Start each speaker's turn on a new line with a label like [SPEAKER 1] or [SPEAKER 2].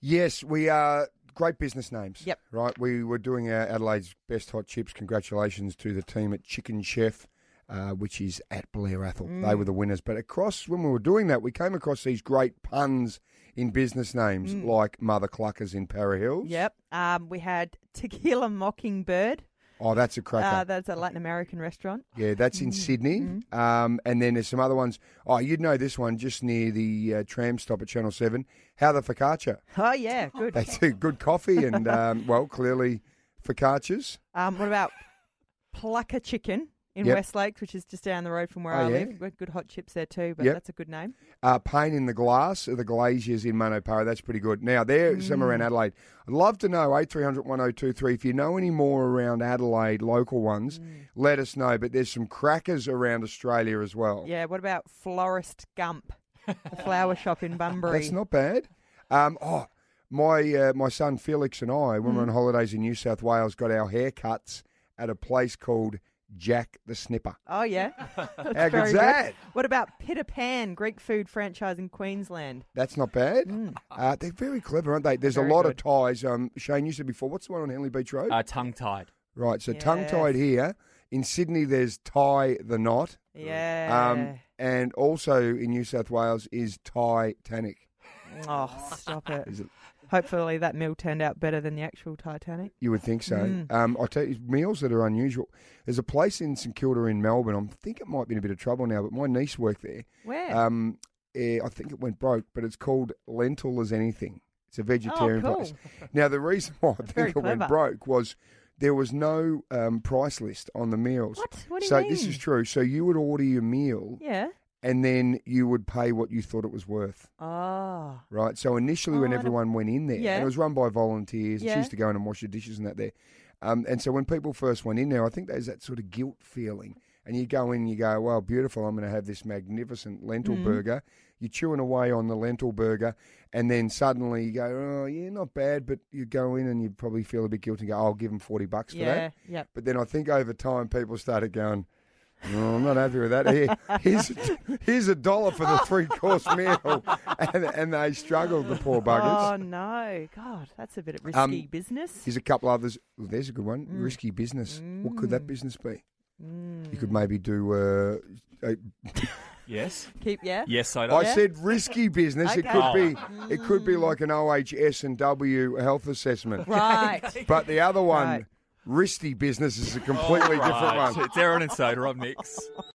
[SPEAKER 1] Yes, we are great business names.
[SPEAKER 2] Yep.
[SPEAKER 1] Right. We were doing our Adelaide's best hot chips. Congratulations to the team at Chicken Chef. Uh, which is at Blair Athol.
[SPEAKER 2] Mm.
[SPEAKER 1] They were the winners. But across, when we were doing that, we came across these great puns in business names like Mother Cluckers in Parra Hills.
[SPEAKER 2] Mm. Yep. Um, we had Tequila Mockingbird.
[SPEAKER 1] Oh, that's a cracker.
[SPEAKER 2] Uh, Mm. that's a Latin American restaurant.
[SPEAKER 1] Yeah, that's in Sydney. Um, and then there's some other ones. Oh, you'd know this one just near the uh, tram stop at Channel 7. How the Focaccia.
[SPEAKER 2] Oh, yeah, good.
[SPEAKER 1] They do good coffee and, um, well, clearly focaccias.
[SPEAKER 2] Um, what about Plucker Chicken in
[SPEAKER 1] Yep.
[SPEAKER 2] West Lakes, which is just down the road from where
[SPEAKER 1] Oh,
[SPEAKER 2] I
[SPEAKER 1] yeah.
[SPEAKER 2] live? We've got good hot chips there too, but
[SPEAKER 1] Yep.
[SPEAKER 2] that's a good name.
[SPEAKER 1] Uh, Pain in the Glass, the Glaciers in Monopara. That's pretty good. Now, there,
[SPEAKER 2] Mm.
[SPEAKER 1] some around Adelaide. I'd love to know, 8300 1023, if you know any more around Adelaide, local ones,
[SPEAKER 2] Mm.
[SPEAKER 1] let us know. But there's some crackers around Australia as well.
[SPEAKER 2] Yeah. What about Florist Gump, the flower shop in Bunbury?
[SPEAKER 1] That's not bad. Um, oh, my uh, my son Felix and I, when we were on
[SPEAKER 2] Mm.
[SPEAKER 1] holidays in New South Wales, got our haircuts at a place called Jack the Snipper.
[SPEAKER 2] Oh yeah. That's
[SPEAKER 1] How
[SPEAKER 2] very
[SPEAKER 1] good's
[SPEAKER 2] good.
[SPEAKER 1] that?
[SPEAKER 2] What about Peter Pan, Greek food franchise in Queensland?
[SPEAKER 1] That's not bad. Uh, they're very clever, aren't they? There's
[SPEAKER 2] Mm. Very
[SPEAKER 1] a lot
[SPEAKER 2] good.
[SPEAKER 1] of ties. Um, Shane, you said before, what's the one on Henley Beach Road?
[SPEAKER 3] Uh, tongue tied.
[SPEAKER 1] right, so
[SPEAKER 2] Yes.
[SPEAKER 1] tongue tied here. In Sydney, there's tie the knot.
[SPEAKER 2] Yeah.
[SPEAKER 1] Um, and also in New South Wales is Titanic.
[SPEAKER 2] oh, stop it.
[SPEAKER 1] Is it-
[SPEAKER 2] Hopefully that meal turned out better than the actual Titanic.
[SPEAKER 1] You would think so.
[SPEAKER 2] Hmm.
[SPEAKER 1] Um, I tell you, meals that are unusual. There's a place in St Kilda in Melbourne. I think it might be in a bit of trouble now, but my niece worked there.
[SPEAKER 2] Where?
[SPEAKER 1] Um, eh, I think it went broke, but it's called Lentil as Anything. It's a vegetarian
[SPEAKER 2] Oh, cool.
[SPEAKER 1] place. Now, the reason why I
[SPEAKER 2] very
[SPEAKER 1] think it went
[SPEAKER 2] clever.
[SPEAKER 1] broke was there was no um, price list on the meals.
[SPEAKER 2] What? What do you
[SPEAKER 1] so this
[SPEAKER 2] mean?
[SPEAKER 1] is true. So you would order your meal,
[SPEAKER 2] yeah.
[SPEAKER 1] and then you would pay what you thought it was worth.
[SPEAKER 2] Oh.
[SPEAKER 1] Right. So initially,
[SPEAKER 2] Oh, I
[SPEAKER 1] when
[SPEAKER 2] don't-
[SPEAKER 1] everyone went in there, and
[SPEAKER 2] Yeah.
[SPEAKER 1] it was run by volunteers, and
[SPEAKER 2] Yeah.
[SPEAKER 1] she used to go in and wash the dishes and that there. Um, and so when people first went in there, I think there's that sort of guilt feeling. And you go in, you go, "Wow, beautiful! I'm going to have this magnificent lentil
[SPEAKER 2] Mm.
[SPEAKER 1] burger." You're chewing away on the lentil burger, and then suddenly you go, "Oh, yeah, not bad," but you go in and you probably feel a bit guilty. and Go, "I'll give them forty bucks for
[SPEAKER 2] Yeah.
[SPEAKER 1] that."
[SPEAKER 2] Yep.
[SPEAKER 1] But then I think over time, people started going. "No, I'm not happy with that. Here, here's, here's a dollar for the three course meal. And, and they struggled, the poor buggers.
[SPEAKER 2] Oh no, God, that's a bit of risky
[SPEAKER 1] Um,
[SPEAKER 2] business.
[SPEAKER 1] Here's a couple others. Ooh, there's a good one.
[SPEAKER 2] Mm.
[SPEAKER 1] Risky business. What could that business be? You
[SPEAKER 2] Mm.
[SPEAKER 1] could maybe do. Uh, uh,
[SPEAKER 3] Yes.
[SPEAKER 2] Keep yeah.
[SPEAKER 3] Yes, soda.
[SPEAKER 1] I said risky business. It
[SPEAKER 2] Okay.
[SPEAKER 1] could
[SPEAKER 3] Oh.
[SPEAKER 1] be. It could be like an OHS and W health assessment.
[SPEAKER 2] Right.
[SPEAKER 1] But the other one,
[SPEAKER 2] Right.
[SPEAKER 1] risky business, is a completely different one.
[SPEAKER 3] It's Aaron and soda. I'm Nick's.